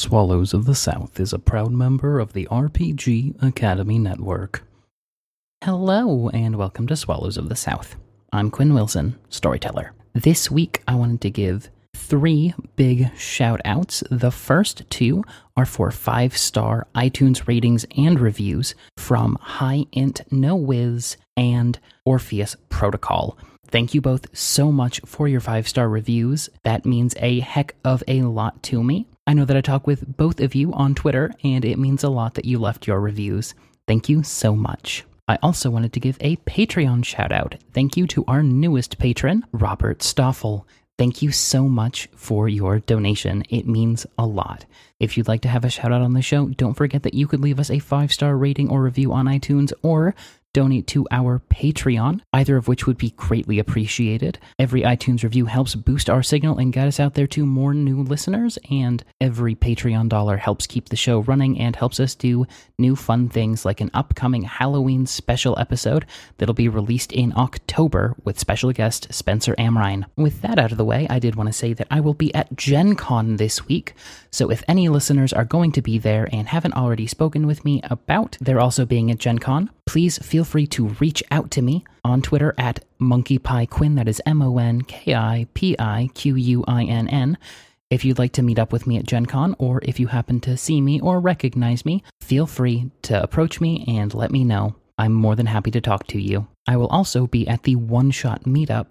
Swallows of the South is a proud member of the RPG Academy Network. Hello, and welcome to Swallows of the South. I'm Quinn Wilson, storyteller. This week, I wanted to give three big shout outs. The first two are for five star iTunes ratings and reviews from High Int No Wiz and Orpheus Protocol. Thank you both so much for your five star reviews. That means a heck of a lot to me. I know that I talk with both of you on Twitter, and it means a lot that you left your reviews. Thank you so much. I also wanted to give a Patreon shout out. Thank you to our newest patron, Robert Stoffel. Thank you so much for your donation. It means a lot. If you'd like to have a shout out on the show, don't forget that you could leave us a five star rating or review on iTunes or donate to our Patreon, either of which would be greatly appreciated. Every iTunes review helps boost our signal and get us out there to more new listeners, and every Patreon dollar helps keep the show running and helps us do new fun things like an upcoming Halloween special episode that'll be released in October with special guest Spencer Amrine. With that out of the way, I did want to say that I will be at Gen Con this week, so if any listeners are going to be there and haven't already spoken with me about their also being at Gen Con, please feel free to reach out to me on Twitter at monkeypiequinn. That is M O N K I P I Q U I N N. If you'd like to meet up with me at Gen Con, or if you happen to see me or recognize me, feel free to approach me and let me know. I'm more than happy to talk to you. I will also be at the One Shot Meetup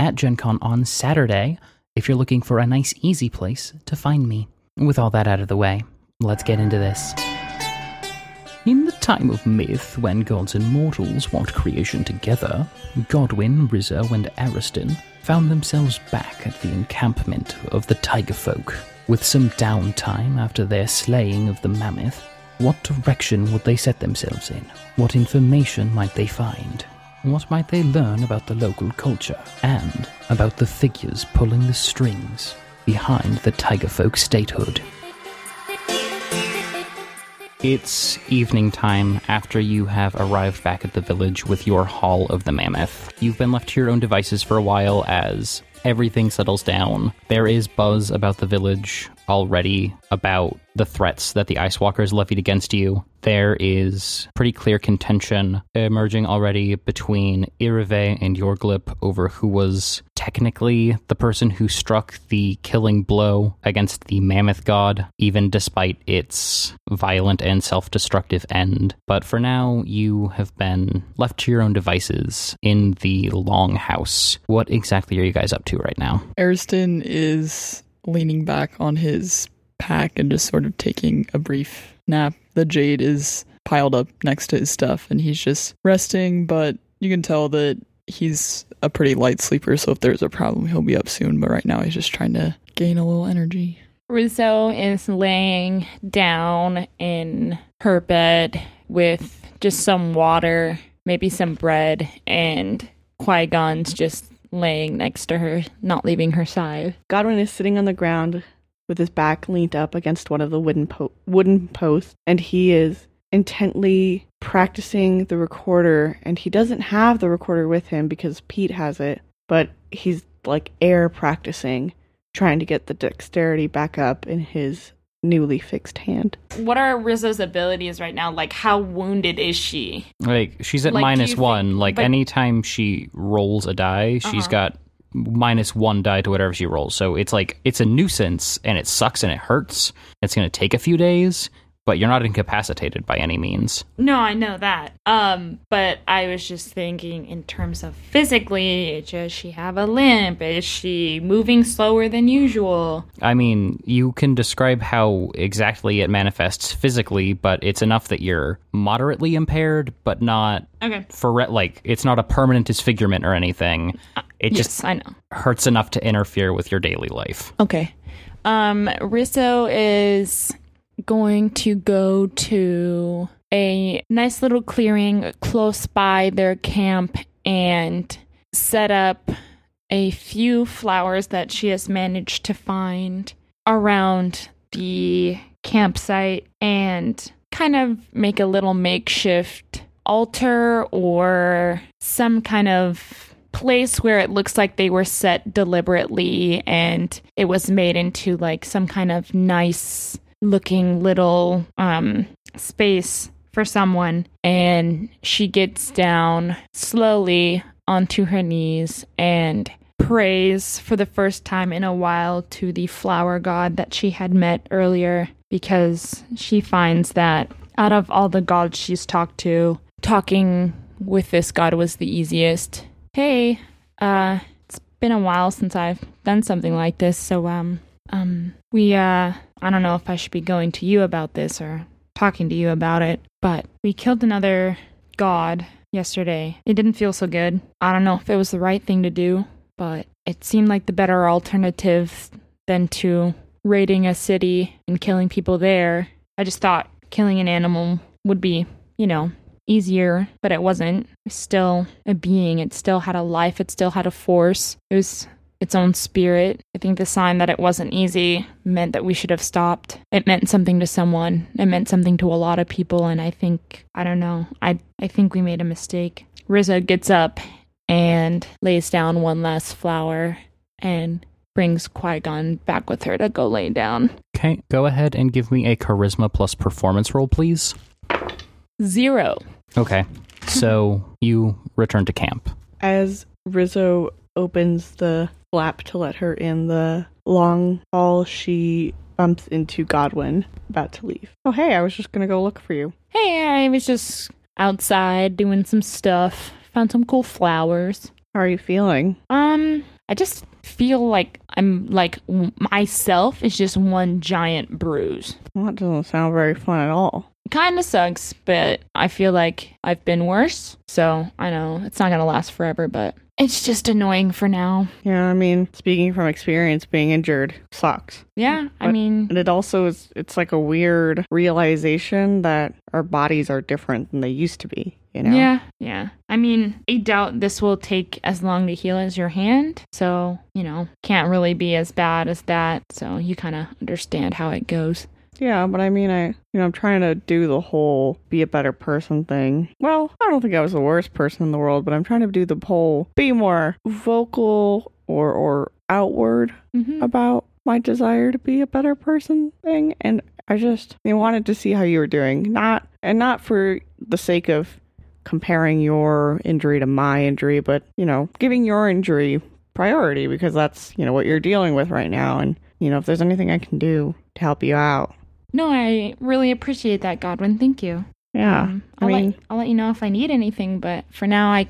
at Gen Con on Saturday if you're looking for a nice, easy place to find me. With all that out of the way, let's get into this. In the time of myth, when gods and mortals walked creation together, Godwin, Rizzo, and Ariston found themselves back at the encampment of the Tiger Folk. With some downtime after their slaying of the mammoth, what direction would they set themselves in? What information might they find? What might they learn about the local culture and about the figures pulling the strings behind the Tiger Folk statehood? It's evening time after you have arrived back at the village with your Hall of the Mammoth. You've been left to your own devices for a while as everything settles down. There is buzz about the village already, about the threats that the Ice Walkers levied against you. There is pretty clear contention emerging already between Irive and Yorglip over who was technically the person who struck the killing blow against the mammoth god, even despite its violent and self destructive end. But for now, you have been left to your own devices in the longhouse. What exactly are you guys up to right now? Ariston is leaning back on his pack and just sort of taking a brief nap. The jade is piled up next to his stuff and he's just resting, but you can tell that he's a pretty light sleeper, so if there's a problem, he'll be up soon, but right now he's just trying to gain a little energy. Rizzo is laying down in her bed with just some water, maybe some bread, and Qui Gon's just laying next to her, not leaving her side. Godwin is sitting on the ground with his back leaned up against one of the wooden po- wooden posts, and he is intently practicing the recorder. And he doesn't have the recorder with him because Pete has it, but he's like air practicing, trying to get the dexterity back up in his newly fixed hand. What are Rizzo's abilities right now? Like, how wounded is she? Like, she's at Like, do minus you one. think- like, but- anytime she rolls a die, she's Uh-huh. got minus one die to whatever she rolls. So it's like, it's a nuisance and it sucks and it hurts. It's going to take a few days, but you're not incapacitated by any means. No, I know that. Um, but I was just thinking in terms of physically, does she have a limp? Is she moving slower than usual? I mean, you can describe how exactly it manifests physically, but it's enough that you're moderately impaired, but not Okay. for re- like it's not a permanent disfigurement or anything. It just Uh, yes, I know. hurts enough to interfere with your daily life. Okay. Um, Rizzo is going to go to a nice little clearing close by their camp and set up a few flowers that she has managed to find around the campsite and kind of make a little makeshift altar or some kind of place where it looks like they were set deliberately and it was made into like some kind of nice looking little um space for someone and she gets down slowly onto her knees and prays for the first time in a while to the flower god that she had met earlier because she finds that out of all the gods she's talked to, talking with this god was the easiest. Hey, uh, it's been a while since I've done something like this, so um, um, we uh, I don't know if I should be going to you about this or talking to you about it, but we killed another god yesterday. It didn't feel so good. I don't know if it was the right thing to do, but it seemed like the better alternative than to raiding a city and killing people there. I just thought killing an animal would be, you know, easier, but it wasn't. It's still a being. It still had a life. It still had a force. It was its own spirit. I think the sign that it wasn't easy meant that we should have stopped. It meant something to someone. It meant something to a lot of people and I think I don't know. I I think we made a mistake. Rizzo gets up and lays down one last flower and brings Qui-Gon back with her to go lay down. Okay, go ahead and give me a charisma plus performance roll, please. Zero. Okay, so you return to camp. As Rizzo opens the flap to let her in the long hall, she bumps into Godwin about to leave. Oh, hey, I was just going to go look for you. Hey, I was just outside doing some stuff. Found some cool flowers. How are you feeling? Um, I just feel like I'm like w- myself is just one giant bruise. Well, that doesn't sound very fun at all. Kind of sucks, but I feel like I've been worse. So I know it's not gonna last forever, but it's just annoying for now. Yeah, I mean, speaking from experience, being injured sucks. Yeah, I But- mean, And it also is, it's like a weird realization that our bodies are different than they used to be, you know? yeah, yeah. I mean, I doubt this will take as long to heal as your hand. So you know, can't really be as bad as that. So you kind of understand how it goes. Yeah, but I mean, I, you know, I'm trying to do the whole be a better person thing. Well, I don't think I was the worst person in the world, but I'm trying to do the whole be more vocal or, or outward Mm-hmm. about my desire to be a better person thing. And I just I wanted to see how you were doing, not, and not for the sake of comparing your injury to my injury, but, you know, giving your injury priority because that's, you know, what you're dealing with right now. And, you know, if there's anything I can do to help you out. No, I really appreciate that, Godwin. Thank you. Yeah. Um, I I'll, mean, let, I'll let you know if I need anything, but for now, I, I'm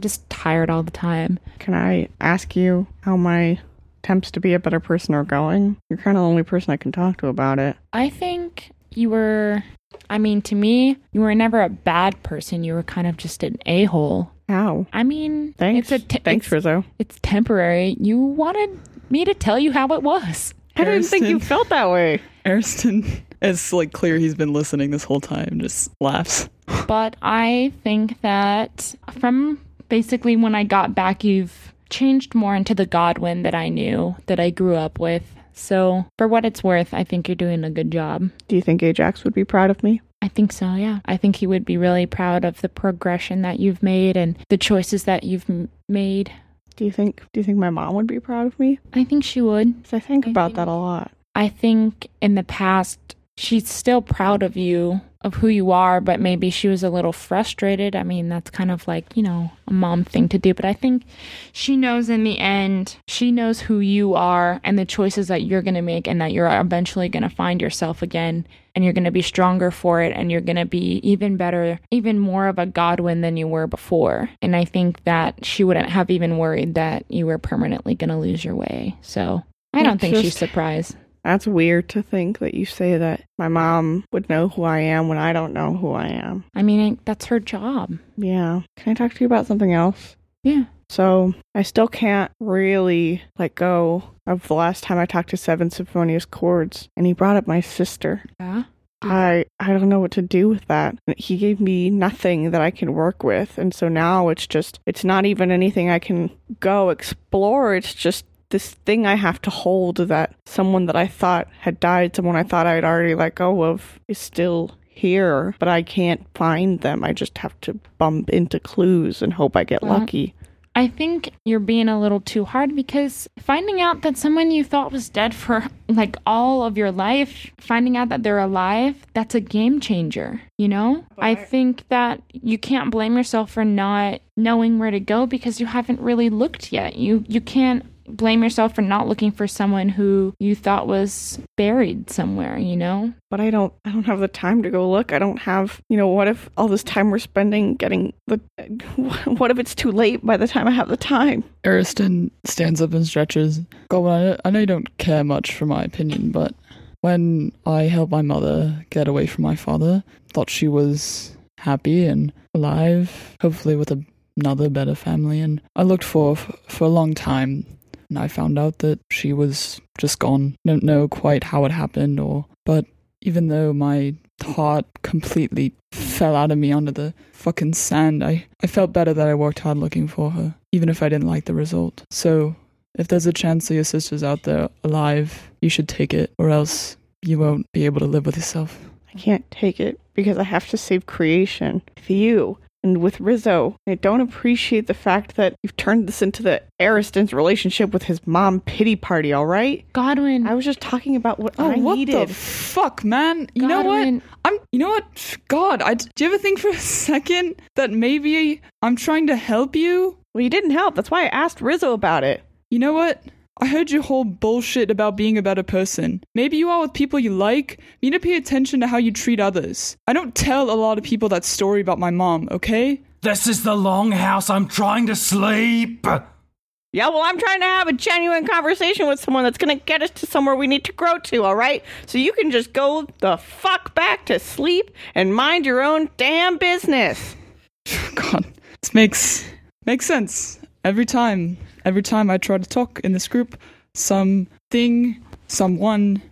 just tired all the time. can I ask you how my attempts to be a better person are going? You're kind of the only person I can talk to about it. I think you were, I mean, to me, you were never a bad person. You were kind of just an a hole. How? I mean, Thanks. It's, a te- Thanks, it's, Rizzo. it's temporary. You wanted me to tell you how it was. I didn't think you Harrison. felt that way. Ariston is like clear he's been listening this whole time, just laughs. But I think that from basically when I got back, you've changed more into the Godwin that I knew, that I grew up with. So, for what it's worth, I think you're doing a good job. Do you think Ajax would be proud of me? I think so, yeah. I think he would be really proud of the progression that you've made and the choices that you've m- made. Do you think? Do you think my mom would be proud of me? I think she would. 'Cause I think I about think- that a lot. I think in the past, she's still proud of you, of who you are, but maybe she was a little frustrated. I mean, that's kind of like, you know, a mom thing to do. But I think she knows in the end, she knows who you are and the choices that you're going to make, and that you're eventually going to find yourself again, and you're going to be stronger for it, and you're going to be even better, even more of a Godwin than you were before. And I think that she wouldn't have even worried that you were permanently going to lose your way. So. I don't It's think she's just- surprised. That's weird to think that you say that my mom would know who I am when I don't know who I am. I mean, I- that's her job. Yeah. Can I talk to you about something else? Yeah. So I still can't really let go of the last time I talked to Seven Symphonious Chords, and he brought up my sister. Yeah. I I don't know what to do with that. He gave me nothing that I can work with, and so now it's just it's not even anything I can go explore. It's just this thing I have to hold that someone that I thought had died, someone I thought I had already let go of, is still here, but I can't find them. I just have to bump into clues and hope I get Well, lucky. I think you're being a little too hard because finding out that someone you thought was dead for like all of your life, finding out that they're alive, that's a game changer, you know? I think that you can't blame yourself for not knowing where to go because you haven't really looked yet. You you can't blame yourself for not looking for someone who you thought was buried somewhere, you know? but I don't I don't have the time to go look. I don't have, you know, what if all this time we're spending getting the what if it's too late by the time I have the time? Ariston stands up and stretches. Goblin, I I know you don't care much for my opinion, but when I helped my mother get away from my father, thought she was happy and alive, hopefully with a- another better family, and I looked for f- for a long time, and I found out that she was just gone. Don't know quite how it happened, or but even though my heart completely fell out of me under the fucking sand. I, I felt better that I worked hard looking for her, even if I didn't like the result. So, if there's a chance that your sister's out there alive, you should take it, or else you won't be able to live with yourself. I can't take it because I have to save creation with you and with Rizzo. I don't appreciate the fact that you've turned this into the Ariston's relationship with his mom pity party, all right? Godwin, I was just talking about what Mm. Oh, I what needed. the fuck, man? You know what? Godwin. I'm. You know what? God, I, do you ever think for a second that maybe I'm trying to help you? well, you didn't help. That's why I asked Rizzo about it. You know what? I heard your whole bullshit about being a better person. Maybe you are with people you like. You need to pay attention to how you treat others. I don't tell a lot of people that story about my mom, okay? This is the longhouse. I'm trying to sleep. Yeah, well, I'm trying to have a genuine conversation with someone that's going to get us to somewhere we need to grow to, all right? So you can just go the fuck back to sleep and mind your own damn business. God, this makes makes sense every time. Every time I try to talk in this group, something, someone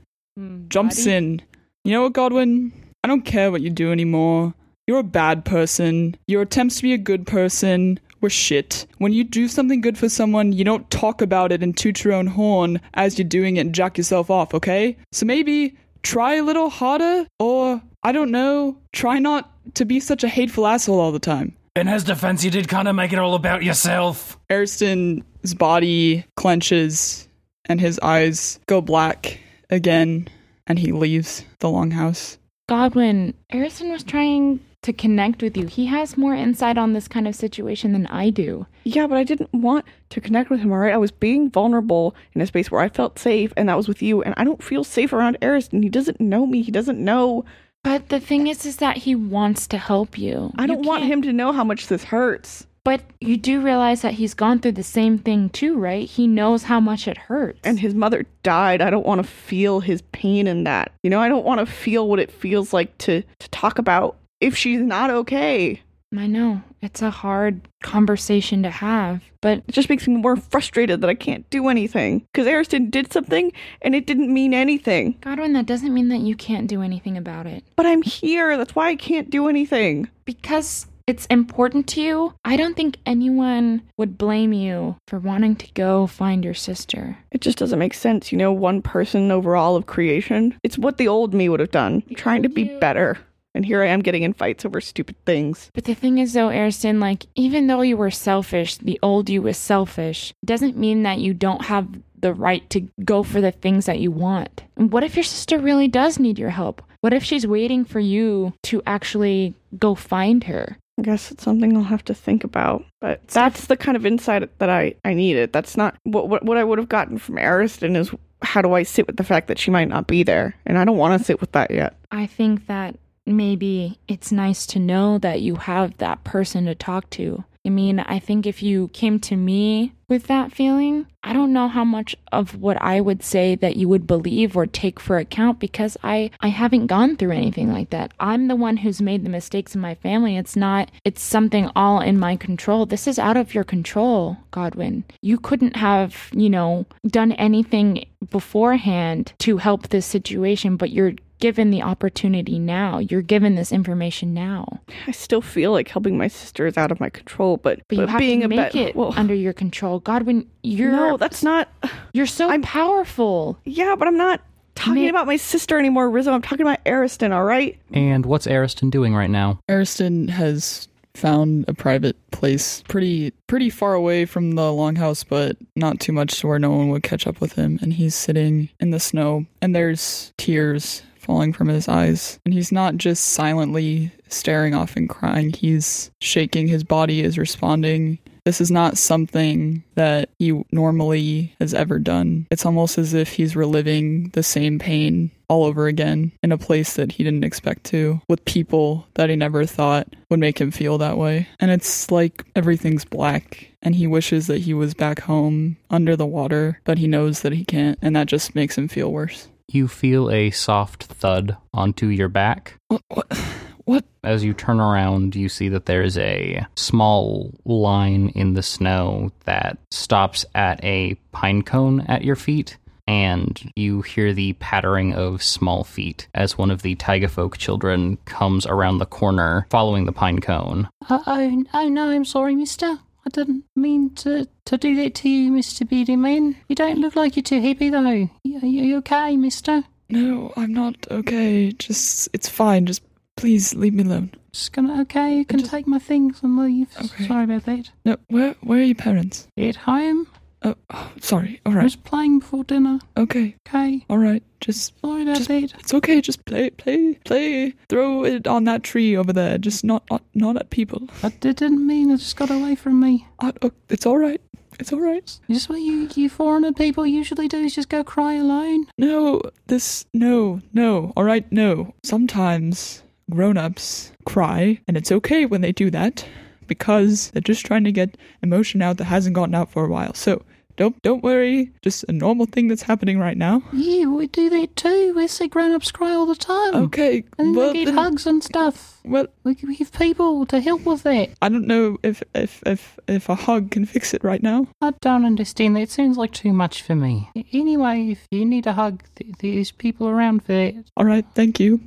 jumps in. You know what, Godwin? I don't care what you do anymore. You're a bad person. Your attempts to be a good person were shit. When you do something good for someone, you don't talk about it and toot your own horn as you're doing it and jack yourself off, okay? So maybe try a little harder, or I don't know, try not to be such a hateful asshole all the time. In his defense, you did kind of make it all about yourself. Ariston's body clenches and his eyes go black again, and he leaves the longhouse. Godwin, Harrison was trying to connect with you. He has more insight on this kind of situation than I do. Yeah, but I didn't want to connect with him, all right? I was being vulnerable in a space where I felt safe, and that was with you, and I don't feel safe around Ariston. He doesn't know me. He doesn't know. But the thing is is that he wants to help you. I You don't want can't- him to know how much this hurts. But you do realize that he's gone through the same thing too, right? He knows how much it hurts. And his mother died. I don't want to feel his pain in that. You know, I don't want to feel what it feels like to, to talk about if she's not okay. I know. It's a hard conversation to have. But It just makes me more frustrated that I can't do anything because Ariston did something and it didn't mean anything. Godwin, that doesn't mean that you can't do anything about it. But I'm here. That's why I can't do anything. because it's important to you, I don't think anyone would blame you for wanting to go find your sister. It just doesn't make sense, you know, one person over all of creation. It's what the old me would have done, trying to be better. And here I am getting in fights over stupid things. But the thing is, though, Ariston, like, even though you were selfish, the old you was selfish, doesn't mean that you don't have the right to go for the things that you want. And what if your sister really does need your help? What if she's waiting for you to actually go find her? I guess it's something I'll have to think about. But that's the kind of insight that I, I needed. That's not what, what, what I would have gotten from Ariston is how do I sit with the fact that she might not be there? And I don't want to sit with that yet. I think that maybe it's nice to know that you have that person to talk to. I mean, I think if you came to me with that feeling, I don't know how much of what I would say that you would believe or take for account because I I haven't gone through anything like that. I'm the one who's made the mistakes in my family. It's not it's something all in my control. This is out of your control, Godwin. You couldn't have, you know, done anything beforehand to help this situation, but you're given the opportunity now. You're given this information now, I still feel like helping my sister is out of my control, but but, you have being to a make it bet- under your control. Godwin, you're no, that's not. you're so I'm- powerful. Yeah, but I'm not talking Ma- about my sister anymore, Rizzo. I'm talking about Ariston. All right. And what's Ariston doing right now? Ariston has found a private place pretty pretty far away from the longhouse, but not too much to where no one would catch up with him. And he's sitting in the snow, and there's tears falling from his eyes. And he's not just silently staring off and crying, he's shaking, his body is responding. This is not something that he normally has ever done. It's almost as if he's reliving the same pain all over again in a place that he didn't expect to, with people that he never thought would make him feel that way. And it's like everything's black, and he wishes that he was back home under the water, but he knows that he can't, and that just makes him feel worse. You feel a soft thud onto your back. What? What? what? As you turn around, you see that there is a small line in the snow that stops at a pine cone at your feet, and you hear the pattering of small feet as one of the taiga folk children comes around the corner following the pine cone. Oh, oh, oh no, I'm sorry, mister. I didn't mean to, to do that to you, Mr. Beardy Man. You don't look like you're too happy, though. You, you, you okay, mister? No, I'm not okay. Just, it's fine. Just please leave me alone. Just gonna, okay, you can just- take my things and leave. Okay. Sorry about that. No, where, where are your parents? At home, Oh, oh sorry. All I right. was playing before dinner. Okay. Okay, All right. Just, sorry about Just- that. it's okay. Just play, play, play. Throw it on that tree over there. Just not, not, not at people. I did- didn't mean it just got away from me. I, oh, it's all right. It's all right. Just what you, you foreigner people usually do is just go cry alone. No, this, no, no, all right, no. Sometimes grown ups cry, and it's okay when they do that because they're just trying to get emotion out that hasn't gotten out for a while. So don't don't worry, just a normal thing that's happening right now. Yeah, we do that too. We see grown ups cry all the time. Okay, And Um, well, they get then- hugs and stuff. well, We, we have people to help with that. I don't know if if if if a hug can fix it right now. I don't understand that. sounds like too much for me. A- Anyway, if you need a hug, th- there's people around for that. All right, thank you.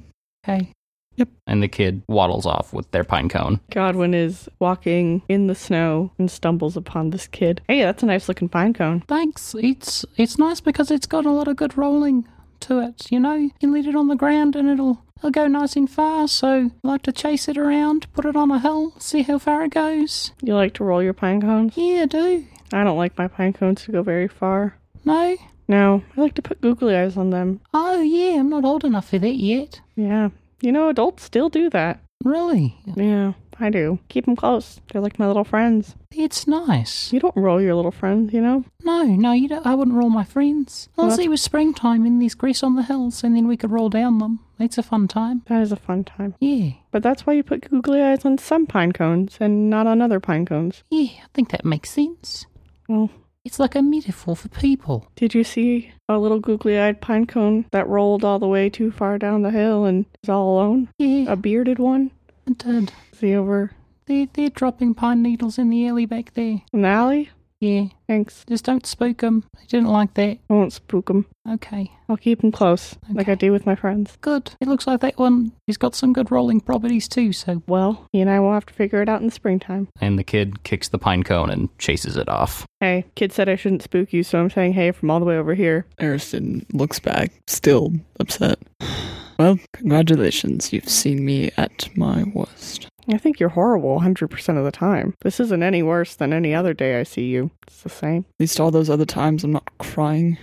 Okay. And the kid waddles off with their pine cone. Godwin is walking in the snow and stumbles upon this kid. Hey, that's a nice looking pine cone. Thanks. It's it's nice because it's got a lot of good rolling to it. You know, you can let it on the ground and it'll it'll go nice and far. So I like to chase it around, put it on a hill, see how far it goes. You like to roll your pine cones? Yeah, I do. I don't like my pine cones to go very far. No. No, I like to put googly eyes on them. Oh yeah, I'm not old enough for that yet. Yeah. You know, adults still do that. Really? Yeah, I do. Keep them close. They're like my little friends. It's nice. You don't roll your little friends, you know? No, no, you don't, I wouldn't roll my friends. Unless it was springtime and there's grass on the hills, and then we could roll down them. That's a fun time. That is a fun time. Yeah, But that's why you put googly eyes on some pine cones and not on other pine cones. yeah, I think that makes sense. Well, It's like a metaphor for people. did you see a little googly eyed pine cone that rolled all the way too far down the hill and is all alone? Yeah, A bearded one? I did. Is he over They're, they're dropping pine needles in the alley back there. in the alley? Yeah, Thanks. just don't spook them. They didn't like that. I won't spook him. Okay, I'll keep him close, like I Okay. do with my friends. good. It looks like that one has got some good rolling properties too, so Well, he and I will have to figure it out in the springtime. And the kid kicks the pine cone and chases it off. Hey, kid said I shouldn't spook you, so I'm saying hey from all the way over here. Ariston looks back, still upset. Well, congratulations, you've seen me at my worst. I think you're horrible 100% of the time. This isn't any worse than any other day I see you. It's the same. At least all those other times I'm not crying.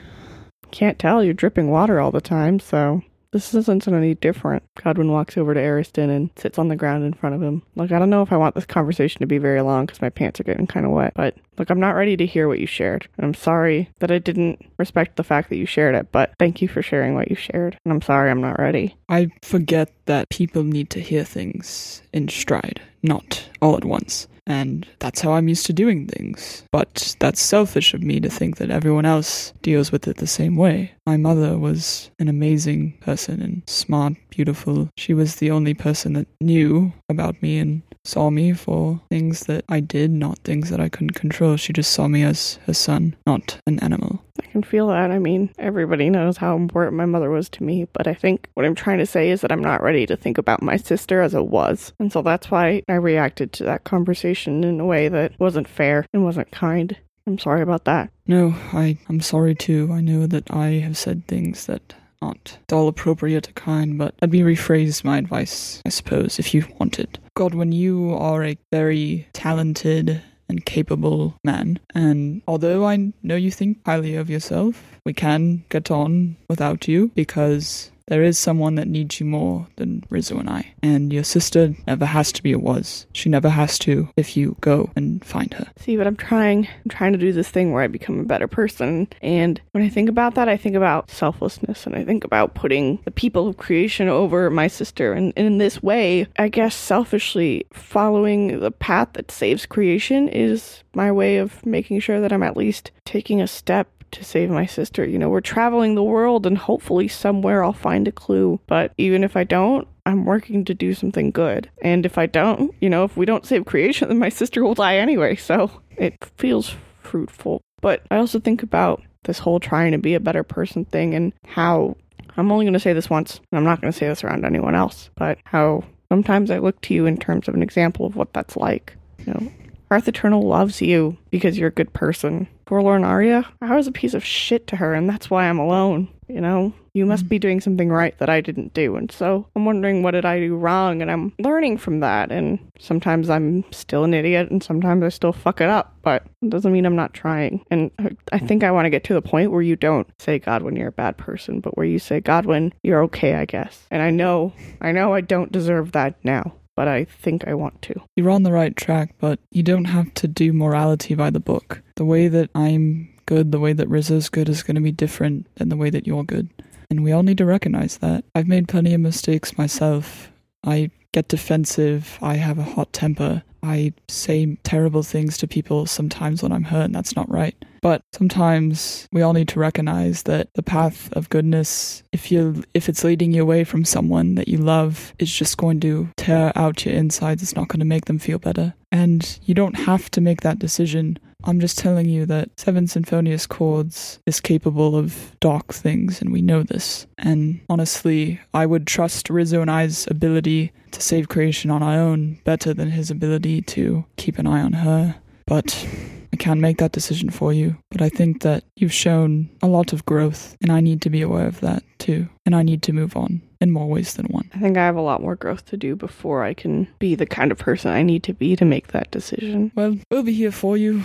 Can't tell, you're dripping water all the time, so this isn't any different. Godwin walks over to Ariston and sits on the ground in front of him. Look, I don't know if I want this conversation to be very long because my pants are getting kind of wet, but look, I'm not ready to hear what you shared. And I'm sorry that I didn't respect the fact that you shared it, but thank you for sharing what you shared. And I'm sorry I'm not ready. I forget that people need to hear things in stride, not all at once. And that's how I'm used to doing things. But that's selfish of me to think that everyone else deals with it the same way. My mother was an amazing person and smart, beautiful. She was the only person that knew about me and saw me for things that I did, not things that I couldn't control. She just saw me as her son, not an animal. I can feel that. I mean, everybody knows how important my mother was to me, but I think what I'm trying to say is that I'm not ready to think about my sister as it was. And so that's why I reacted to that conversation in a way that wasn't fair and wasn't kind. I'm sorry about that. No, I, I'm sorry too. I know that I have said things that not at all appropriate a kind, but let me rephrase my advice, I suppose, if you want it. Godwin, you are a very talented and capable man, and although I know you think highly of yourself, we can get on without you because there is someone that needs you more than Rizzo and I. And your sister never has to be a was. She never has to if you go and find her. See, but I'm trying. I'm trying to do this thing where I become a better person. And when I think about that, I think about selflessness and I think about putting the people of creation over my sister. And, and in this way, I guess selfishly following the path that saves creation is my way of making sure that I'm at least taking a step to save my sister. You know, we're traveling the world and hopefully somewhere I'll find a clue. But even if I don't, I'm working to do something good. And if I don't, you know, if we don't save creation, then my sister will die anyway. So it feels fruitful. But I also think about this whole trying to be a better person thing and how I'm only going to say this once, and I'm not going to say this around anyone else, but how sometimes I look to you in terms of an example of what that's like. You know, Earth Eternal loves you because you're a good person. Forlorn Arya, I was a piece of shit to her, and that's why I'm alone. You know, you must be doing something right that I didn't do. And so I'm wondering, what did I do wrong? And I'm learning from that. And sometimes I'm still an idiot, and sometimes I still fuck it up, but it doesn't mean I'm not trying. And I- I think I want to get to the point where you don't say, Godwin, you're a bad person, but where you say, Godwin, you're okay, I guess. And I know, I know I don't deserve that now, but I think I want to. You're on the right track, but you don't have to do morality by the book. The way that I'm good, the way that Rizzo's good is going to be different than the way that you're good. And we all need to recognize that. I've made plenty of mistakes myself. I get defensive. I have a hot temper. I say terrible things to people sometimes when I'm hurt, and that's not right. But sometimes we all need to recognize that the path of goodness, if you if it's leading you away from someone that you love, it's just going to tear out your insides. It's not going to make them feel better. And you don't have to make that decision. I'm just telling you that Seven Symphonious Chords is capable of dark things, and we know this. And honestly, I would trust Rizzo and I's ability to save creation on our own better than his ability to keep an eye on her. But I can't make that decision for you, but I think that you've shown a lot of growth, and I need to be aware of that too. And I need to move on in more ways than one. I think I have a lot more growth to do before I can be the kind of person I need to be to make that decision. Well, we'll be here for you.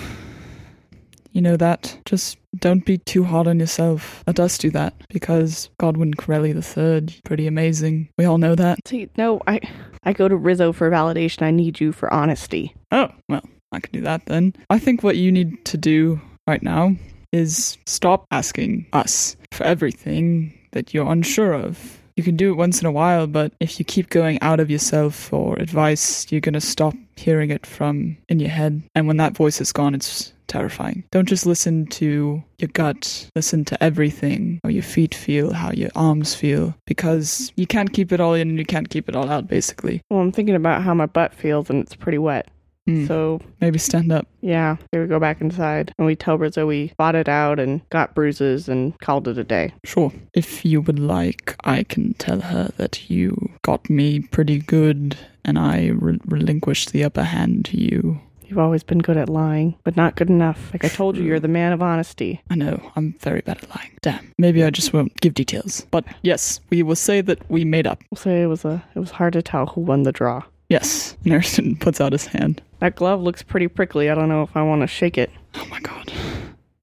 You know that. Just don't be too hard on yourself. Let us do that, because Godwin Corelli III, pretty amazing. We all know that. See, no, I I go to Rizzo for validation. I need you for honesty. Oh, well, I can do that then. I think what you need to do right now is stop asking us for everything that you're unsure of. You can do it once in a while, but if you keep going out of yourself for advice, you're going to stop hearing it from in your head. And when that voice is gone, it's terrifying. Don't just listen to your gut, listen to everything how your feet feel, how your arms feel, because you can't keep it all in and you can't keep it all out, basically. Well, I'm thinking about how my butt feels and it's pretty wet. Hmm. So Maybe stand up. yeah, here we go back inside and we tell Rizzo we fought it out and got bruises and called it a day. Sure. If you would like, I can tell her that you got me pretty good and I re- relinquished the upper hand to you. You've always been good at lying, but not good enough. Like I told you, you're the man of honesty. I know, I'm very bad at lying. Damn. Maybe I just won't give details. But yes, we will say that we made up. We'll say it was a it was hard to tell who won the draw. Yes. And Ariston puts out his hand. That glove looks pretty prickly. I don't know if I want to shake it, Oh my god.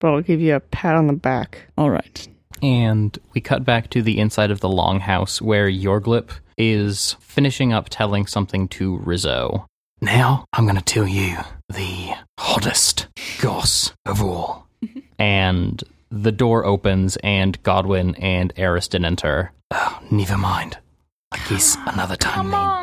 but I'll give you a pat on the back. All right. And we cut back to the inside of the longhouse where Yorglip is finishing up telling something to Rizzo. Now I'm going to tell you the hottest goss of all. and the door opens, and Godwin and Ariston enter. Oh, never mind. I guess another time. Come then. on.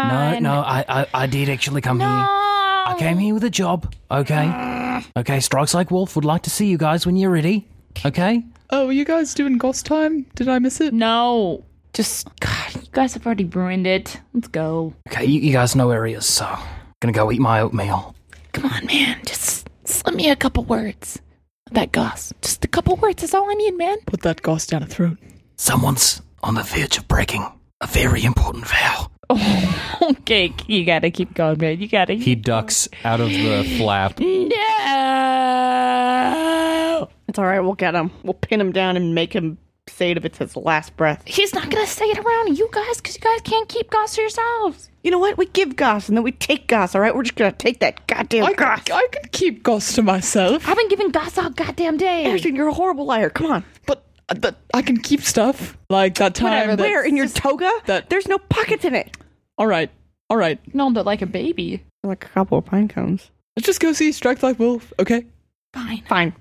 No, no, I, I, I did actually come here. I came here with a job. Okay. Okay, Strikes Like Wolf would like to see you guys when you're ready. Okay? Oh, are you guys doing Goss time? Did I miss it? No. Just, God, you guys have already ruined it. Let's go. Okay, you, you guys know areas, so gonna go eat my oatmeal. Come on, man. Just slip me a couple words. of That goss. Just a couple words is all I need, man. Put that Goss down a throat. Someone's on the verge of breaking a very important vow. Okay, you gotta keep going, man. You gotta. He ducks out of the flap. no! It's all right. We'll get him. We'll pin him down and make him say it if it's his last breath. He's not gonna say it around you guys because you guys can't keep Goss to yourselves. You know what? We give Goss and then we take Goss, all right? We're just going to take that goddamn I, Goss. could, I could keep Goss to myself, I've been giving Goss all goddamn day. Ashton, you're a horrible liar. Come on. but uh, that- I can keep stuff like that time. Whatever. that- Where? In your toga? that- There's no pockets in it. All right, all right. No, but like a baby. Like a couple of pine cones. Let's just go see Strike Like Wolf. Okay. Fine. Fine.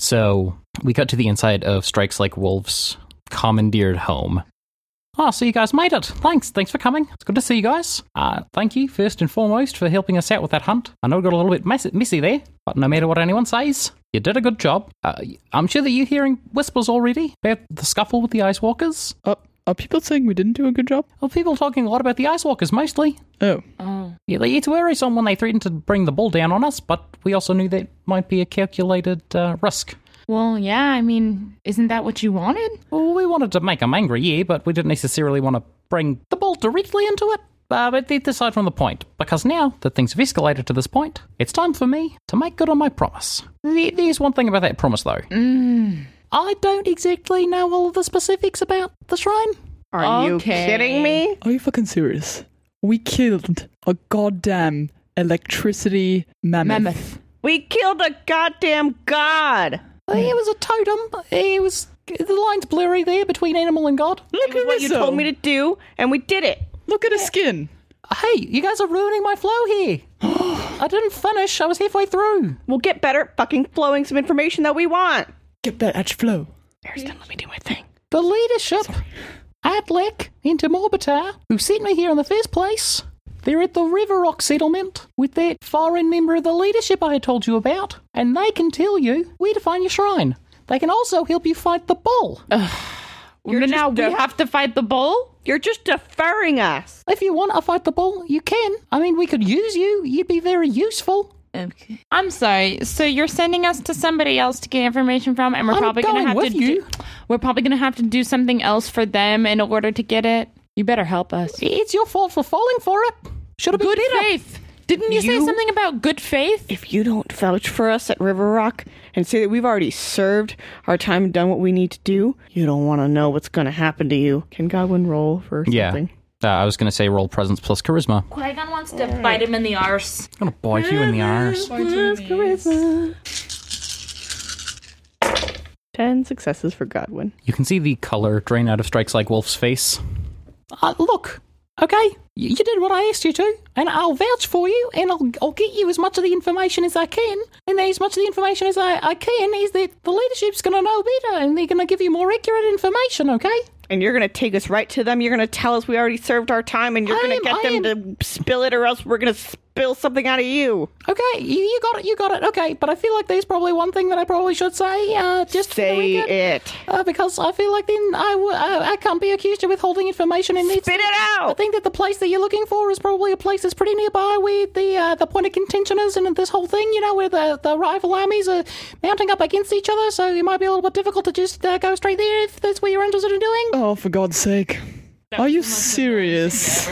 So we cut to the inside of Strikes Like Wolf's commandeered home. Ah, Oh, so you guys made it. Thanks. Thanks for coming. It's good to see you guys. Uh, thank you, first and foremost, for helping us out with that hunt. I know it got a little bit messy, messy there, but no matter what anyone says, you did a good job. Uh, I'm sure that you're hearing whispers already about the scuffle with the Ice Walkers. Uh, are people saying we didn't do a good job? Well, people talking a lot about the Ice Walkers mostly. Oh, Yeah, they- it's worrisome when they threatened to bring the ball down on us, but we also knew that might be a calculated uh, risk. Well, yeah. I mean, isn't that what you wanted? Well, we wanted to make them angry, yeah, but we didn't necessarily want to bring the ball directly into it. Uh, but they decide from the point, because now that things have escalated to this point, it's time for me to make good on my promise. There- There's one thing about that promise, though. I don't exactly know all of the specifics about the shrine. Are Okay. you kidding me? are you fucking serious? We killed a goddamn electricity mammoth. Mammoth. We killed a goddamn god. Uh, It was a totem. It was the line's blurry there between animal and god. Look It was at what you told me to do, and we did it. Look at his skin. Hey, you guys are ruining my flow here. I didn't finish. I was halfway through. We'll get better at fucking flowing some information that we want. Get that edge flow. Ariston, let me do my thing. The leadership Adlec into Morbitar, who sent me here in the first place. They're at the River Rock settlement with that foreign member of the leadership I had told you about, and they can tell you where to find your shrine. They can also help you fight the bull. You're now we have to fight the bull. You're just deferring us. If you want to fight the bull, you can. I mean, we could use you. You'd be very useful. Okay. I'm sorry. So you're sending us to somebody else to get information from, and we're I'm probably going gonna have with to you. Do, we're probably gonna have to do something else for them in order to get it. You better help us. It's your fault for falling for it. Should have been Good better. faith. Didn't you, say something about good faith? If you don't vouch for us at River Rock and say that we've already served our time and done what we need to do, you don't want to know what's going to happen to you. Can Godwin roll for something? Uh, I was going to say roll presence plus charisma. I'm Qui Gon wants to bite him in the arse. going to bite you in the arse. Ten successes for Godwin. You can see the color drain out of Strikes Like Wolf's face. Uh, look, okay, y- you did what I asked you to, and I'll vouch for you, and I'll, I'll get you as much of the information as I can, and as much of the information as I, I can is that the leadership's going to know better, and they're going to give you more accurate information, okay? And you're going to take us right to them. You're going to tell us we already served our time, and you're I going am- to get I them to spill it, or else we're going to spill something out of you. Okay, you, you got it, you got it, okay, but I feel like there's probably one thing that I probably should say, uh, just for the Say record, it. Uh, because I feel like then I, w- uh, I, I can't be accused of withholding information in these Spit it I out. think that the place that you're looking for is probably a place that's pretty nearby where the uh, the point of contention is and this whole thing, you know, where the, the rival armies are mounting up against each other, so it might be a little bit difficult to just uh, go straight there if that's what you're interested in doing. Oh, for God's sake. Are you serious?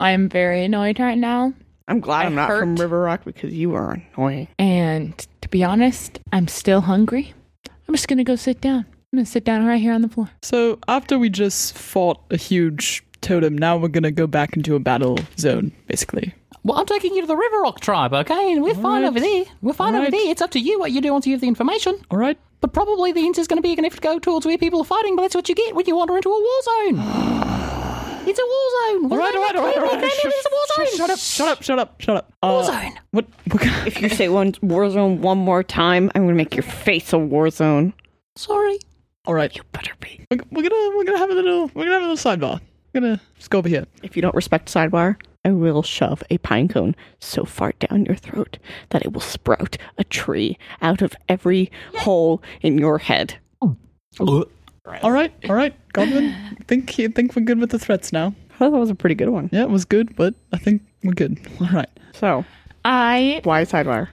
I'm very annoyed right now. I'm glad I am not from hurt. River Rock because you are annoying. And to be honest, I'm still hungry. I'm just going to go sit down. I'm going to sit down right here on the floor. So, after we just fought a huge totem, now we're gonna go back into a battle zone, basically. Well, I'm taking you to the River Rock tribe, okay? And we're fine over there. We're fine over Alright. there. It's up to you what you do once you have the information. Alright? But probably the answer's going to be you're going to have to go towards where people are fighting, but that's what you get when you wander into a war zone. it's a war zone. Alright, alright, alright, alright. It's a war zone. Shut up, shut up, shut up, shut up. Uh, War zone. What? what If you say one war zone one more time, I'm gonna make your face a war zone. Sorry. Alright. Better be. We're, we're gonna we're gonna have a little we're gonna have a little sidebar. We're gonna just go over here. If you don't respect sidebar, I will shove a pine cone so far down your throat that it will sprout a tree out of every hole in your head. Alright, alright, Goblin. think think we're good with the threats now. I thought that was a pretty good one. Yeah, it was good, but I think we're good. Alright. So I why sidebar?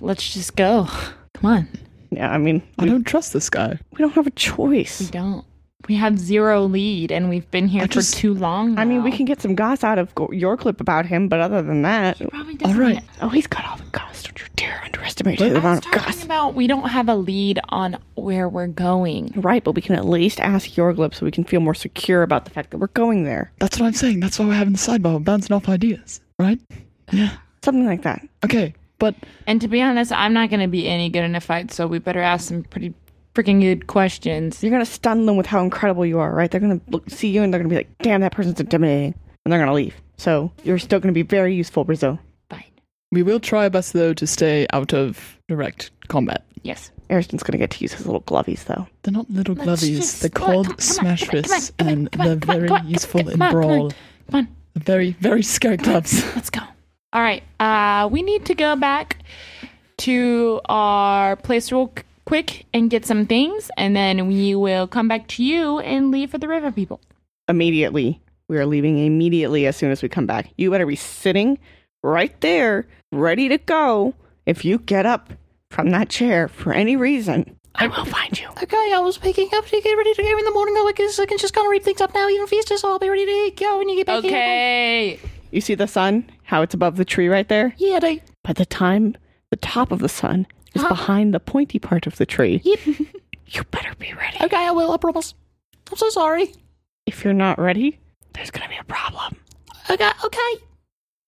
Let's just go. Come on. Yeah, I mean I don't trust this guy. we don't have a choice. don't. We have zero lead, and we've been here I for just- too long. I mean, we now. can get some goss out of go- your clip about him, but other than that, Probably doesn't Alright. oh, he's cut off. Gosh, don't you dare underestimate the I was amount of talking goss. about we don't have a lead on where we're going. Right, but we can at least ask Yorglip so we can feel more secure about the fact that we're going there. That's what I'm saying. That's why we're having the sidebar. We're bouncing off ideas, right? Yeah. Something like that. Okay. But And to be honest, I'm not going to be any good in a fight, so we better ask some pretty freaking good questions. You're gonna stun them with how incredible you are, right? They're gonna look, see you and they're gonna be like, "Damn, that person's intimidating," and they're gonna leave. So you're still gonna be very useful, Rizzo. Fine. we will try our best, though, to stay out of direct combat. Yes. Ariston's gonna get to use his little glovies though. They're not little Let's glovies. just- They're come on, called come on, smash come on, come on, fists, come on, and come on, they're come on, very come on, useful come in on, come on. brawl. Come on, Very, very scary gloves. let's go. All right. Uh, we need to go back to our place real c- quick and get some things, and then we will come back to you and leave for the river people. Immediately, we are leaving immediately as soon as we come back. You better be sitting right there, ready to go. If you get up from that chair for any reason, I will find you. Okay, I was picking up to get ready to go in the morning. I guess I can just kind of read things up now, even faster, so I'll be ready to go when you get back here. Okay. You see the sun? How it's above the tree right there? Yeah, they. By the time the top of the sun is behind the pointy part of the tree, you better be ready. Okay, I will. I promise. I'm so sorry. If you're not ready, there's gonna be a problem. Okay, okay.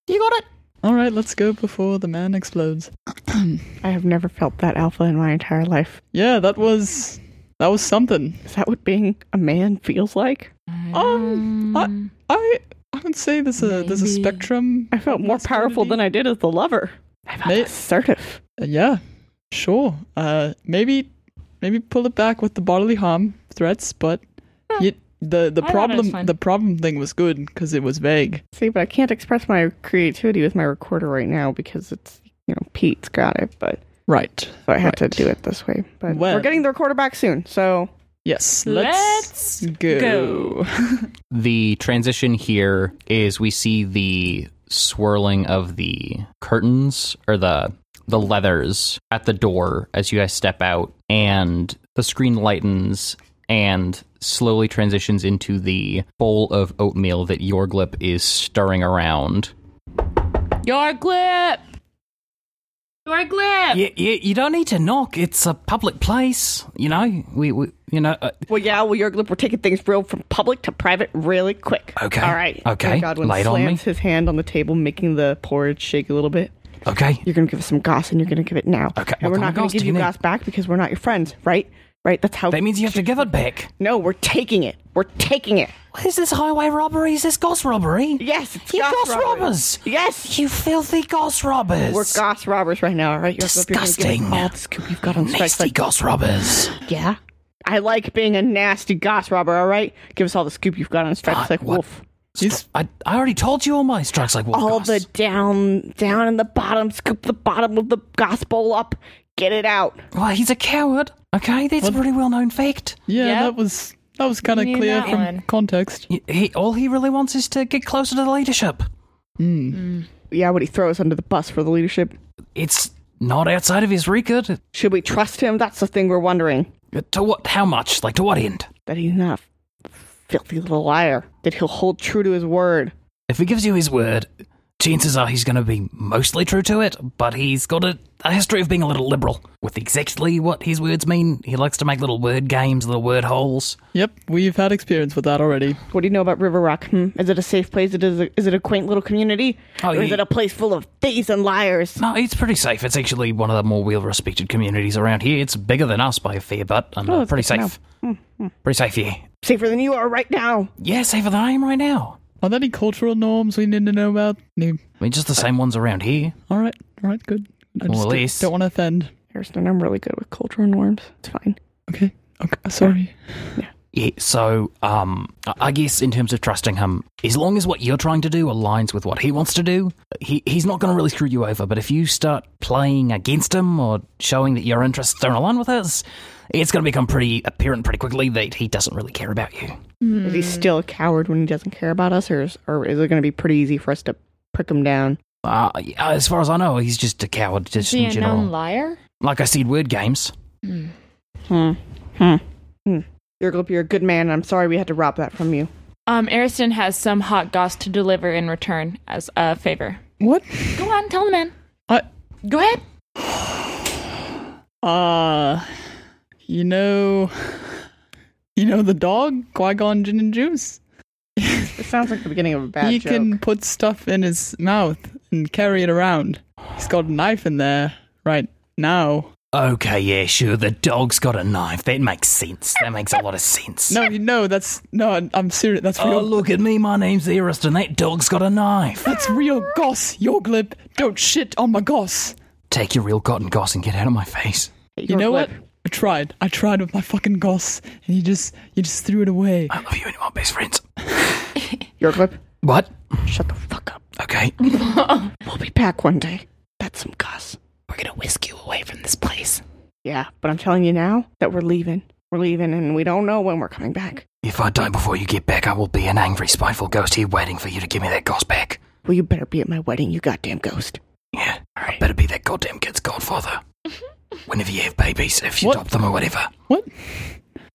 You got it. All right, let's go before the man explodes. I have never felt that alpha in my entire life. Yeah, that was that was something. Is that what being a man feels like? Um, I I, I would say there's a there's a Maybe. spectrum. I felt more powerful than I did as the lover. I felt May- assertive. Uh, yeah, sure. Uh, maybe maybe pull it back with the bodily harm threats, but you, the the I thought it was problem fine. the problem thing was good because it was vague. See, but I can't express my creativity with my recorder right now because it's you know Pete's got it, but Right. so I had to Right. do it this way. But Well- we're getting the recorder back soon, so Yes. Let's, go. The transition here is we see the swirling of the curtains or the the leathers at the door as you guys step out and the screen lightens and slowly transitions into the bowl of oatmeal that Yorglip is stirring around. Your clip. Your clip. You, you, you don't need to knock. It's a public place. You know, we, we you know. Uh, Well, yeah, well, your glip, we're taking things real from public to private really quick. Okay. All right. Okay. And Godwin Lay it on slams me. his hand on the table, making the porridge shake a little bit. okay. You're going to give us some goss, and you're going to give it now. Okay, And we're what kind not of going goss to give do you you need? goss back because we're not your friends, right? Right? That's how. That means you have to give it back. No, we're taking it. We're taking it. What is this highway robbery? Is this goss robbery? Yes, it's You goss, goss robbery. robbers! Yes. You filthy goss robbers! We're goss robbers right now, all right? Your glip, You're gonna give us Disgusting. all the scoop you've got on strike. Nasty goss robbers. yeah. I like being a nasty goss robber, all right? Give us all the scoop you've got on strike Fuck, like what? wolf. He's- I, I already told you all my strikes like wolf all goss. the down down in the bottom scoop the bottom of the gospel up get it out Well, he's a coward. Okay, that's a pretty well known fact. Yeah, Yep. that was that was kind of knew clear that from one. context. He- He, all he really wants is to get closer to the leadership. yeah what he throws under the bus for the leadership It's not outside of his record. should we trust him that's the thing we're wondering To what? How much? Like to what end? that he's not a filthy little liar that he'll hold true to his word If he gives you his word, chances are he's going to be mostly true to it. But he's got a, a history of being a little liberal with exactly what his words mean. He likes to make little word games, little word holes. Yep, we've had experience with that already. what do you know about river rock hmm? is it a safe place it is, a, is it a quaint little community Oh, or is he- it a place full of thieves and liars No, it's pretty safe. It's actually one of the more well-respected communities around here. It's bigger than us by a fair bit, and uh, pretty safe. Pretty safe, yeah. safer than you are right now Yeah, safer than I am right now. Are there any cultural norms we need to know about? Any- I mean, just the same ones around here. All right, all right, good. I Well, just at don't- least- don't want to offend. harrison i'm really good with cultural norms it's fine Okay, okay, sorry. Yeah, so um, I- I guess in terms of trusting him, as long as what you're trying to do aligns with what he wants to do, he he's not going to really screw you over. But if you start playing against him or showing that your interests don't align with his, it's going to become pretty apparent pretty quickly that he doesn't really care about you. Is he Hmm. still a coward when he doesn't care about us, or is, or is it going to be pretty easy for us to prick him down? Uh, as far as I know, he's just a coward, Is just he in a general. known liar? like I said, word games. Hmm. Hmm. Hmm. You're, you're a good man. and I'm sorry we had to rob that from you. Um, Ariston has some hot goss to deliver in return as a favor. What? Go on, tell the man. I Go ahead. Uh, you know, you know the dog Qui Gon Jinn and Juice. It sounds like the beginning of a bad he joke. can put stuff in his mouth and carry it around. He's got a knife in there right now. Okay, yeah, sure. The dog's got a knife. That makes sense. That makes a lot of sense. No, you know that's no. I'm- I'm serious. That's real. Oh, look at me. My name's Erist, and that dog's got a knife. That's real goss, Yoglib. Don't shit on my goss. Take your real cotton goss and get out of my face. You know what? I tried. I tried with my fucking goss, and you just you just threw it away. I love you and you are best friends. Your clip. What? Shut the fuck up. Okay. We'll be back one day. That's some cuss. We're gonna whisk you away from this place. Yeah, but I'm telling you now that we're leaving. We're leaving, and we don't know when we're coming back. If I die before you get back, I will be an angry, spiteful ghost here waiting for you to give me that goss back. Well, you better be at my wedding, you goddamn ghost. Yeah. I better be that goddamn kid's godfather. Whenever you have babies, if you What? adopt them or whatever. What?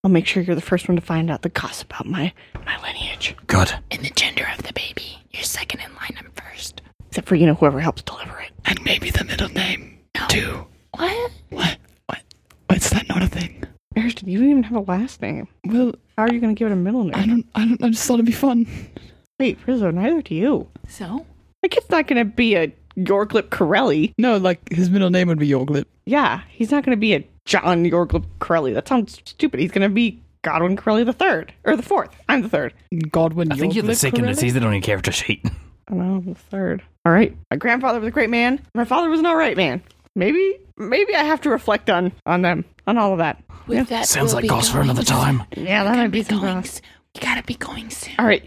I'll make sure you're the first one to find out the goss about my my lineage. Good. And the gender of the baby. You're second in line, I'm first. Except for you know whoever helps deliver it. And maybe the middle name too. What? What? What? What's that not a thing? Ariston, you don't even have a last name. Well, How are you going to give it a middle I name? don't. I don't. I just thought it'd be fun. Wait, Rizzo, neither do you. So? Like it's not going to be a Yorglip Corelli. No, like his middle name would be Yoglip. Yeah, he's not going to be a John Yorglip Corelli. That sounds stupid. He's going to be Godwin Corelli the third or the fourth. I'm the third. Godwin. I think you're the Yoglip second Corelli? that sees it on your character sheet. I know I'm the third. All right. My grandfather was a great man. My father was an all right man. Maybe, maybe I have to reflect on on them, on all of that. With that Sounds we'll like be goss for going another soon. time. Yeah, that Gotta be going. soon. We gotta be going soon. All right.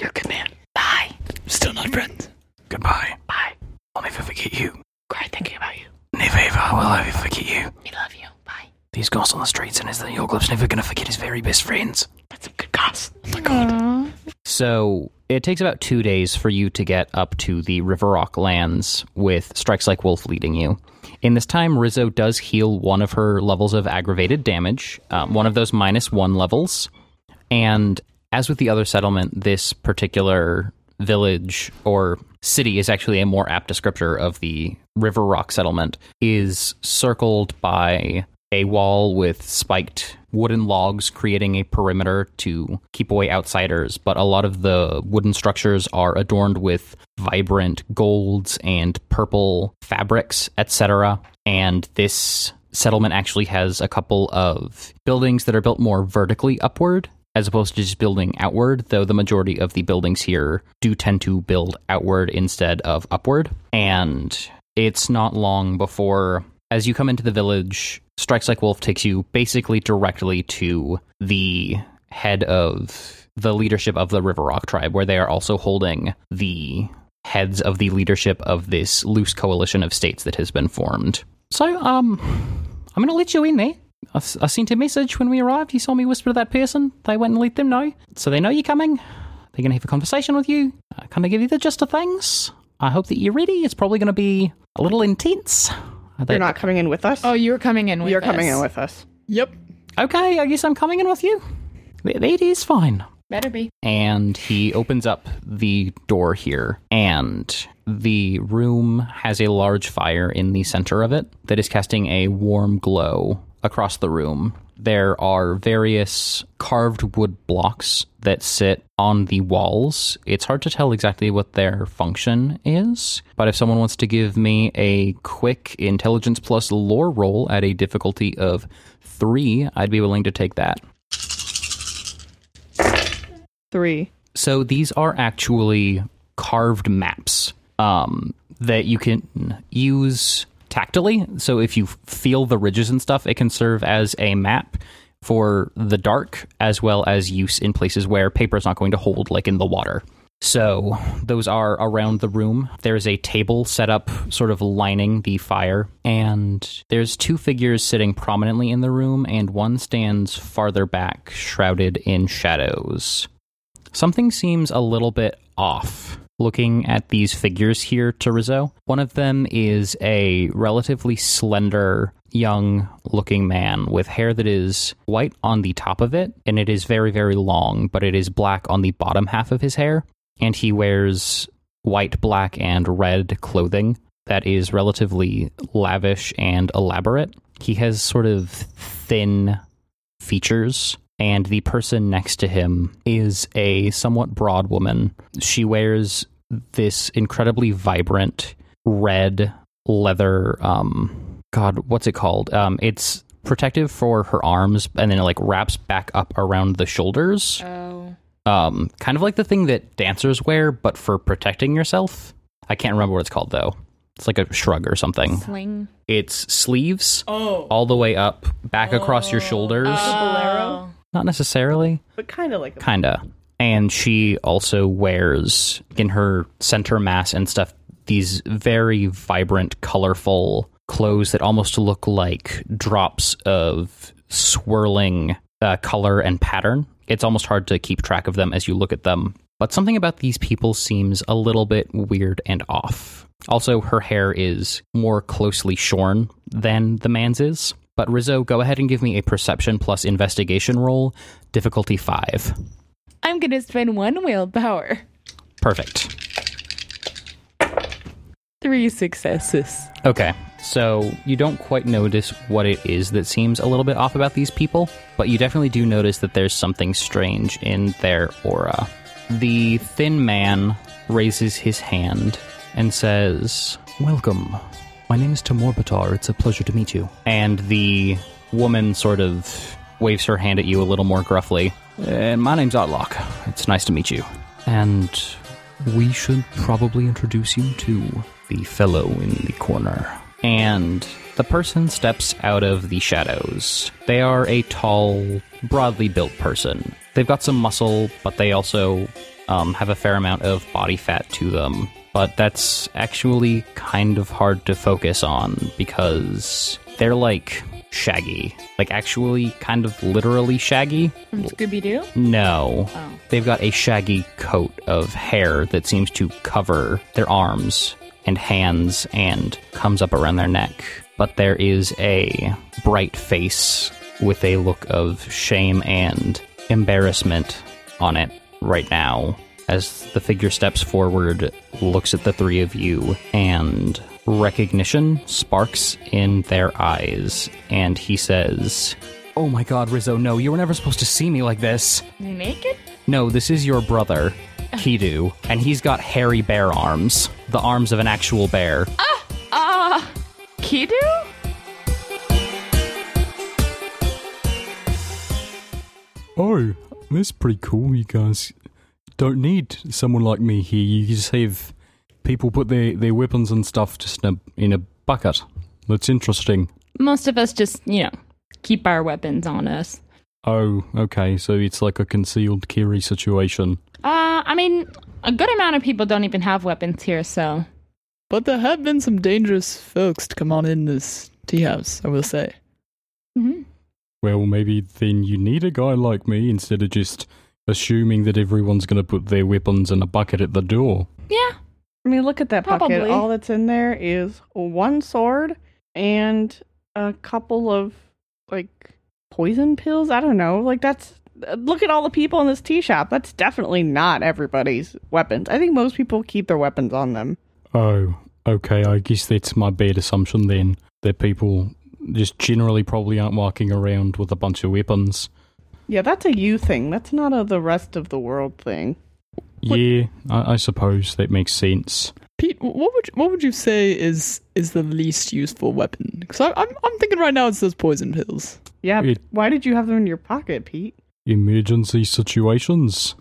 You're a good man. Bye. Still not friends. Goodbye. Bye. I'll never forget you. Cry thinking about you. Never ever will I ever forget you. We love you. Bye. These goss on the streets, and is the Yorglip's never gonna forget his very best friends. That's some good goss. Oh So it takes about two days for you to get up to the River Rock lands with Strikes Like Wolf leading you. In this time, Rizzo does heal one of her levels of aggravated damage, um, one of those minus one levels. And as with the other settlement, this particular village or city is actually a more apt descriptor of the River Rock settlement, is circled by a wall with spiked wooden logs creating a perimeter to keep away outsiders, but a lot of the wooden structures are adorned with vibrant golds and purple fabrics, etc. And this settlement actually has a couple of buildings that are built more vertically upward as opposed to just building outward, though the majority of the buildings here do tend to build outward instead of upward. And it's not long before, as you come into the village, Strikes Like Wolf takes you basically directly to the head of the leadership of the River Rock tribe, where they are also holding the heads of the leadership of this loose coalition of states that has been formed. So, um, I'm gonna let you in there. I, s- I sent a message when we arrived. You saw me whisper to that person. They went and let them know. So they know you're coming. They're gonna have a conversation with you. Uh, kind of give you the gist of things. I hope that you're ready. It's probably gonna be a little intense. Are they- You're not coming in with us. Oh, you're coming in with You're coming us. in with us. Yep. Okay, I guess I'm coming in with you. Th- That is fine. Better be. and he opens up the door here and the room has a large fire in the center of it that is casting a warm glow across the room there are various carved wood blocks that sit on the walls it's hard to tell exactly what their function is but if someone wants to give me a quick intelligence plus lore roll at a difficulty of 3 i'd be willing to take that Three. So these are actually carved maps um, that you can use tactily. So if you feel the ridges and stuff, it can serve as a map for the dark as well as use in places where paper is not going to hold, like in the water. So those are around the room. There's a table set up, sort of lining the fire, and there's two figures sitting prominently in the room, and one stands farther back, shrouded in shadows. Something seems a little bit off looking at these figures here to Rizzo. One of them is a relatively slender, young looking man with hair that is white on the top of it, and it is very, very long, but it is black on the bottom half of his hair. And he wears white, black, and red clothing. that is relatively lavish and elaborate. He has sort of thin features, and the person next to him is a somewhat broad woman. She wears this incredibly vibrant red leather um god what's it called um it's protective for her arms and then it like wraps back up around the shoulders Oh. um, kind of like the thing that dancers wear, but for protecting yourself. I can't remember what it's called though. It's like a shrug or something. Sling. It's sleeves all the way up, back across your shoulders. Oh. Oh. bolero? Not necessarily, But kind of like a kinda. And she also wears in her center mass and stuff these very vibrant, colorful clothes that almost look like drops of swirling uh, color and pattern. It's almost hard to keep track of them as you look at them. But something about these people seems a little bit weird and off. Also, her hair is more closely shorn than the man's is. But Rizzo, go ahead and give me a perception plus investigation roll, difficulty five. I'm going to spend one willpower. Perfect. Three successes. Okay, so you don't quite notice what it is that seems a little bit off about these people, but you definitely do notice that there's something strange in their aura. The thin man raises his hand and says, Welcome. My name is Tamorbatar. It's a pleasure to meet you. And the woman sort of waves her hand at you a little more gruffly. And my name's Otlock. It's nice to meet you. And we should probably introduce you to the fellow in the corner. And the person steps out of the shadows. They are a tall, broadly built person. They've got some muscle, but they also um, have a fair amount of body fat to them. But that's actually kind of hard to focus on because they're like shaggy. Like, actually, kind of literally shaggy. Scooby Doo? No. They've got a shaggy coat of hair that seems to cover their arms and hands and comes up around their neck. But there is a bright face with a look of shame and embarrassment on it right now as the figure steps forward, looks at the three of you, and recognition sparks in their eyes. And he says, Oh my god, Rizzo, no, you were never supposed to see me like this. You naked? No, this is your brother, Kidu, and he's got hairy bear arms. The arms of an actual bear. Ah! Kidu? Oh, that's pretty cool. You guys don't need someone like me here. You just have people put their, their weapons and stuff just in a, in a bucket. That's interesting. Most of us just, you know, keep our weapons on us. Oh, okay. So it's like a concealed carry situation. Uh, I mean, a good amount of people don't even have weapons here, so. But there have been some dangerous folks to come on in this tea house, I will say. hmm Well, maybe then you need a guy like me instead of just assuming that everyone's going to put their weapons in a bucket at the door. Yeah. I mean, look at that bucket. Probably. All that's in there is one sword and a couple of like poison pills. I don't know. Like that's uh, look at all the people in this tea shop. That's definitely not everybody's weapons. I think most people keep their weapons on them. Oh, okay. I guess that's my bad assumption then. That people just generally probably aren't walking around with a bunch of weapons. Yeah, that's a you thing. That's not a the rest of the world thing. Yeah, I, I suppose that makes sense. Pete, wh- what would you, what would you say is is the least useful weapon? Because I'm I'm thinking right now it's those poison pills. Yeah. It- Why did you have them in your pocket, Pete? Emergency situations.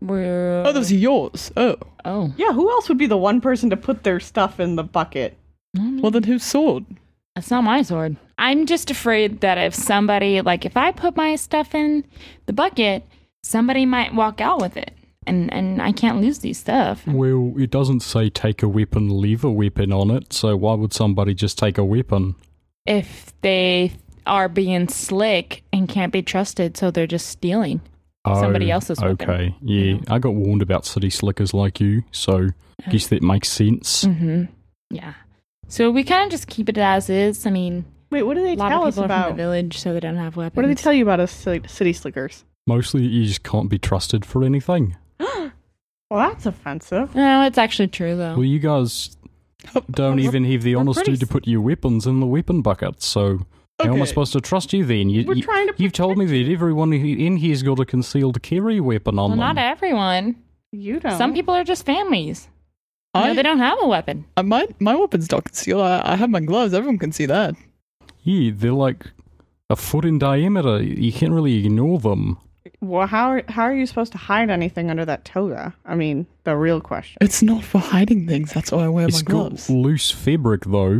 We're... Oh, those are yours. Oh, Oh. Yeah, who else would be the one person to put their stuff in the bucket? well then whose sword? That's not my sword. I'm just afraid that if somebody, like, if I put my stuff in the bucket, somebody might walk out with it. And, and I can't lose these stuff. Well, it doesn't say take a weapon, leave a weapon on it, so why would somebody just take a weapon? If they are being slick and can't be trusted, so they're just stealing. Somebody else's Oh, Okay, weapon, yeah. I got warned about city slickers like you, so guess that makes sense. Mm-hmm. Yeah. So we kind of just keep it as is. I mean, Wait, what do they a lot tell of us people are from about? the village, so they don't have weapons. What do they tell you about us ci- city slickers? Mostly you just can't be trusted for anything. well, that's offensive. No, it's actually true though. Well, you guys don't even have the we're honesty pretty to put your weapons in the weapon bucket. So how am I Okay. supposed to trust you then? You, We're you, trying to have told me that everyone he- in here's got a concealed carry weapon on Well, not them. everyone. You don't. Some people are just families. I, no, they don't have a weapon. I my my weapon's not concealed. I, I have my gloves. Everyone can see that. yeah, they're like a foot in diameter. You can't really ignore them. Well, how are, how are you supposed to hide anything under that toga? I mean, the real question. It's not for hiding things. That's why I wear It's Oh my gloves. got loose fabric though.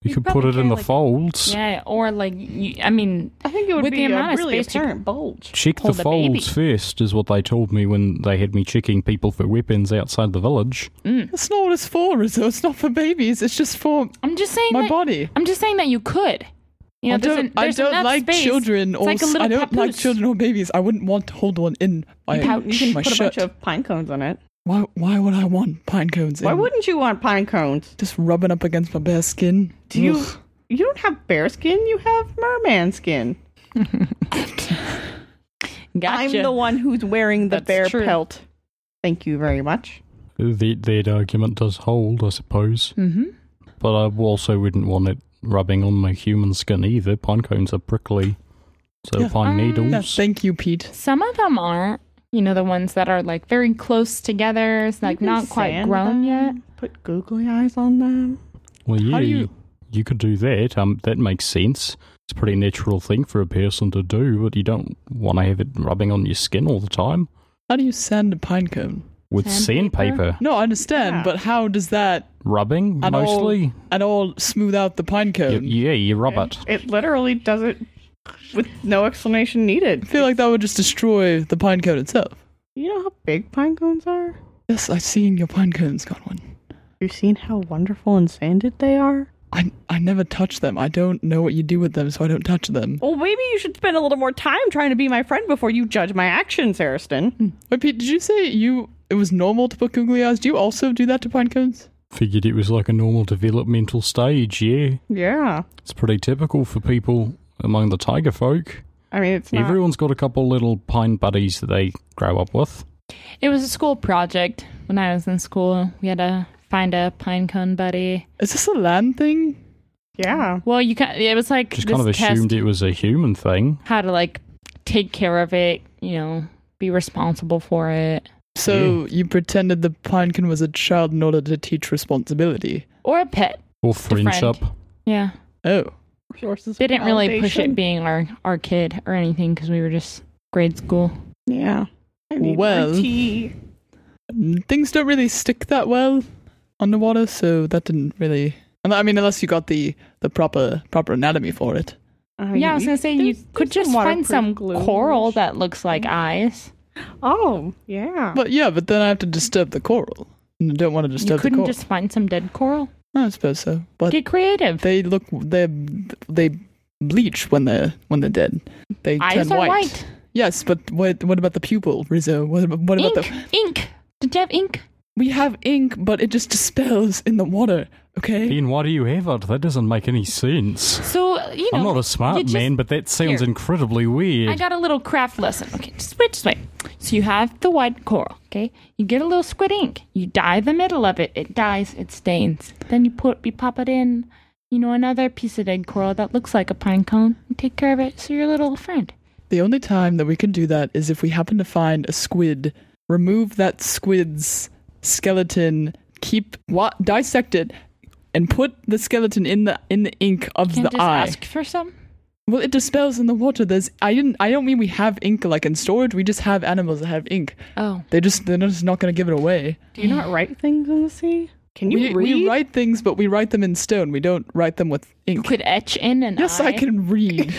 You You'd could put probably it in carry, the like- folds. Yeah, or like, you, I mean, I think it would with be the amount a of really space you apparent could bulge. Check the hold baby. folds first, is what they told me when they had me checking people for weapons outside the village. Mm. That's not what it's for, Rizzo. It's not for babies. It's just for I'm just saying. my that- body. I'm just saying that you could. You know, I there's don't, en- I there's don't enough like space. children It's or like a s- little I don't like papoose. children or babies. I wouldn't want to hold one in my, You can, you can my put shirt. a bunch of pine cones on it. why, why would I want pine cones Why in? wouldn't you want pine cones? Just rubbing up against my bare skin. Do you Ugh. you don't have bear skin? You have merman skin. Gotcha. I'm the one who's wearing the That's bear true. pelt. Thank you very much. The, that argument does hold, I suppose. mm-hmm. But I also wouldn't want it rubbing on my human skin either. Pine cones are prickly, so Yeah. pine Um, Yeah, needles. thank you, Pete. Some of them aren't. You know, the ones that are like very close together, it's like You can not quite sand grown them, yet. Put googly eyes on them. well, yeah, do you- you... you could do that. Um, that makes sense. It's a pretty natural thing for a person to do, but you don't want to have it rubbing on your skin all the time How do you sand a pine cone? with Sandpaper? sandpaper. No, I understand, Yeah. but how does that Rubbing At all. mostly. at all smooth out the pine Y- cone? yeah, you rub it. It literally does it with no explanation needed. I feel like that would just destroy the pine cone itself. You know how big pine cones are? Yes, I've seen your pine cones, Godwin. You've seen how wonderful and sanded they are? I I never touch them. I don't know what you do with them, so I don't touch them. Well, maybe you should spend a little more time trying to be my friend before you judge my actions, Ariston. Wait, Pete, did you say you it was normal to put googly eyes? Do you also do that to pine cones? Figured it was like a normal developmental stage, yeah. Yeah. It's pretty typical for people among the tiger folk. I mean, it's not. Everyone's got a couple little pine buddies that they grow up with. It was a school project when I was in school. We had to find a pine cone buddy. Is this a land thing? yeah. Well, you can It was like Just this kind of assumed test it was a human thing. how to like take care of it. You know, be responsible for it. So you pretended the pine cone was a child in order to teach responsibility. or a pet. Or friend. friendship. Yeah, Oh, Resources. they didn't really push validation. it being our our kid or anything because we were just grade school. Yeah. I need Well- well, tea. Mm, things don't really stick that well underwater, so that didn't really. and I mean, unless you got the the proper proper anatomy for it. yeah, I was gonna say you could just find some coral that looks like eyes. Oh, yeah. But yeah, but then I have to disturb the coral, and I don't want to disturb You the couldn't coral. just find some dead coral. I suppose so, but Get creative. they look they they bleach when they're when they're dead. They Eyes turn are white. white. Yes, but what what about the pupil, Rizzo? What, about- what about Ink. the? Ink. Did you have ink? We have ink, but it just dispels in the water. Okay. Ian, why do you have it? That doesn't make any sense. So uh, you know. I'm not a smart you just- man, but that sounds Here. incredibly weird. I got a little craft lesson. Okay, just wait, just wait. So you have the white coral. Okay, you get a little squid ink. You dye the middle of it. It dyes. It stains. Then you put, you pop it in. You know, another piece of dead coral that looks like a pine cone. You take care of it. So your little friend. The only time that we can do that is if we happen to find a squid, remove that squid's skeleton, keep wa- dissect it, and put the skeleton in the in the ink of Can't the just eye. ask for some. Well, it dispels in the water. There's I didn't I don't mean we have ink like in storage. We just have animals that have ink. Oh, They just they're just not going to give it away. Do you not write things in the sea? Can you we, read? we write things, but we write them in stone. We don't write them with you ink. could etch in an yes, eye. I can read.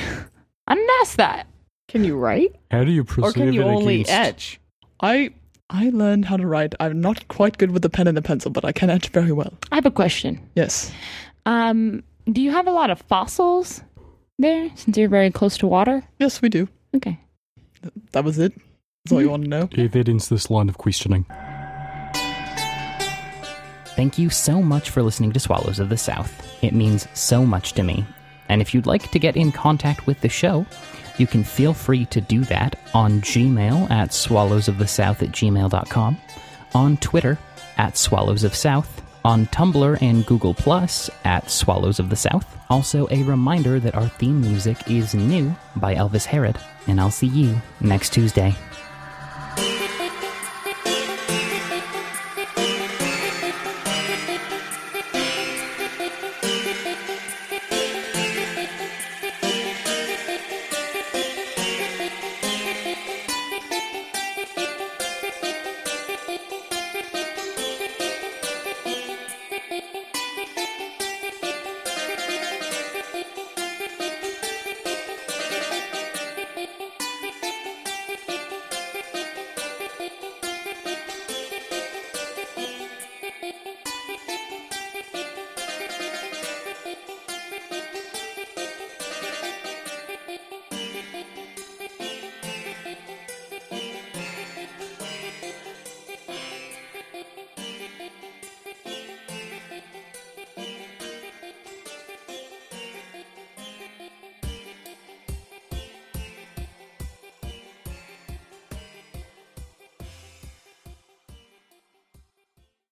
I didn't ask that. Can you write? How do you Or preserve can you it only against? etch? I I learned how to write. I'm not quite good with a pen and a pencil, but I can etch very well. I have a question. Yes. Um, do you have a lot of fossils there since you're very close to water? Yes, we do. Okay. That was it. That's all you want to know. Yeah, that ends this line of questioning. Thank you so much for listening to Swallows of the South. It means so much to me. And if you'd like to get in contact with the show, you can feel free to do that on Gmail at swallowsofthesouth at gmail.com, on Twitter at swallowsofsouth, on Tumblr and Google Plus at Swallows of the South. Also, a reminder that our theme music is new by Elvis Herod, and I'll see you next Tuesday.